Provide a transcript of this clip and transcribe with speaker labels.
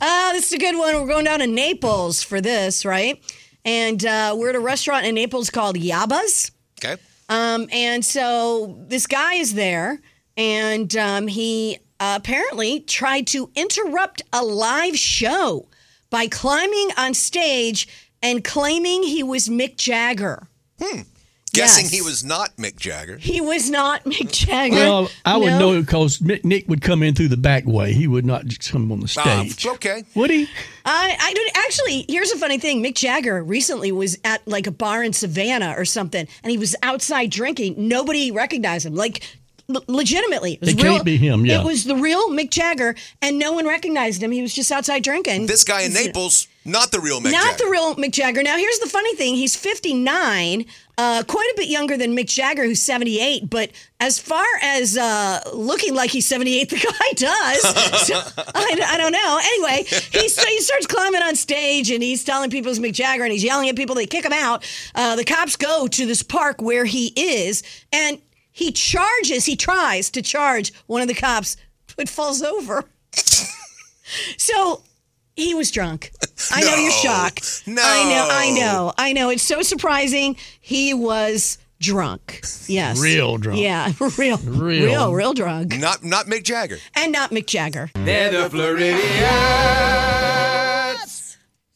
Speaker 1: Uh, this is a good one. We're going down to Naples for this, right? And uh, we're at a restaurant in Naples called Yaba's.
Speaker 2: Okay.
Speaker 1: Um, and so this guy is there, and um, he uh, apparently tried to interrupt a live show by climbing on stage and claiming he was Mick Jagger.
Speaker 2: Guessing
Speaker 1: Yes.
Speaker 2: he was not Mick Jagger.
Speaker 1: He was not Mick Jagger.
Speaker 3: Well, I would
Speaker 1: No.
Speaker 3: know because Nick would come in through the back way. He would not just come on the
Speaker 2: Ah,
Speaker 3: stage.
Speaker 2: okay.
Speaker 3: Would he?
Speaker 1: I, I don't actually. Here's a funny thing. Mick Jagger recently was at like a bar in Savannah or something, and he was outside drinking. Nobody recognized him. Like. l- Legitimately, it, was
Speaker 3: It
Speaker 1: real,
Speaker 3: can't be him, yeah.
Speaker 1: it was the real Mick Jagger, and no one recognized him. He was just outside drinking.
Speaker 2: This guy in Naples, not the real Mick
Speaker 1: not
Speaker 2: Jagger.
Speaker 1: the real Mick Jagger. Now, here's the funny thing: he's 59, uh, quite a bit younger than Mick Jagger, who's 78. But as far as uh, looking like he's 78, the guy does. So, I, I don't know. Anyway, he so he starts climbing on stage and he's telling people it's Mick Jagger and he's yelling at people. They kick him out. Uh, the cops go to this park where he is and he charges. He tries to charge one of the cops, but falls over. So he was drunk. I know you're
Speaker 2: No.
Speaker 1: shocked.
Speaker 2: No.
Speaker 1: I know, I know, I know. It's so surprising. He was drunk. Yes.
Speaker 3: Real drunk.
Speaker 1: Yeah, real. Real.
Speaker 3: Real.
Speaker 1: Real, real drunk.
Speaker 2: Not not Mick Jagger.
Speaker 1: And not Mick Jagger.
Speaker 4: They're the Floridians.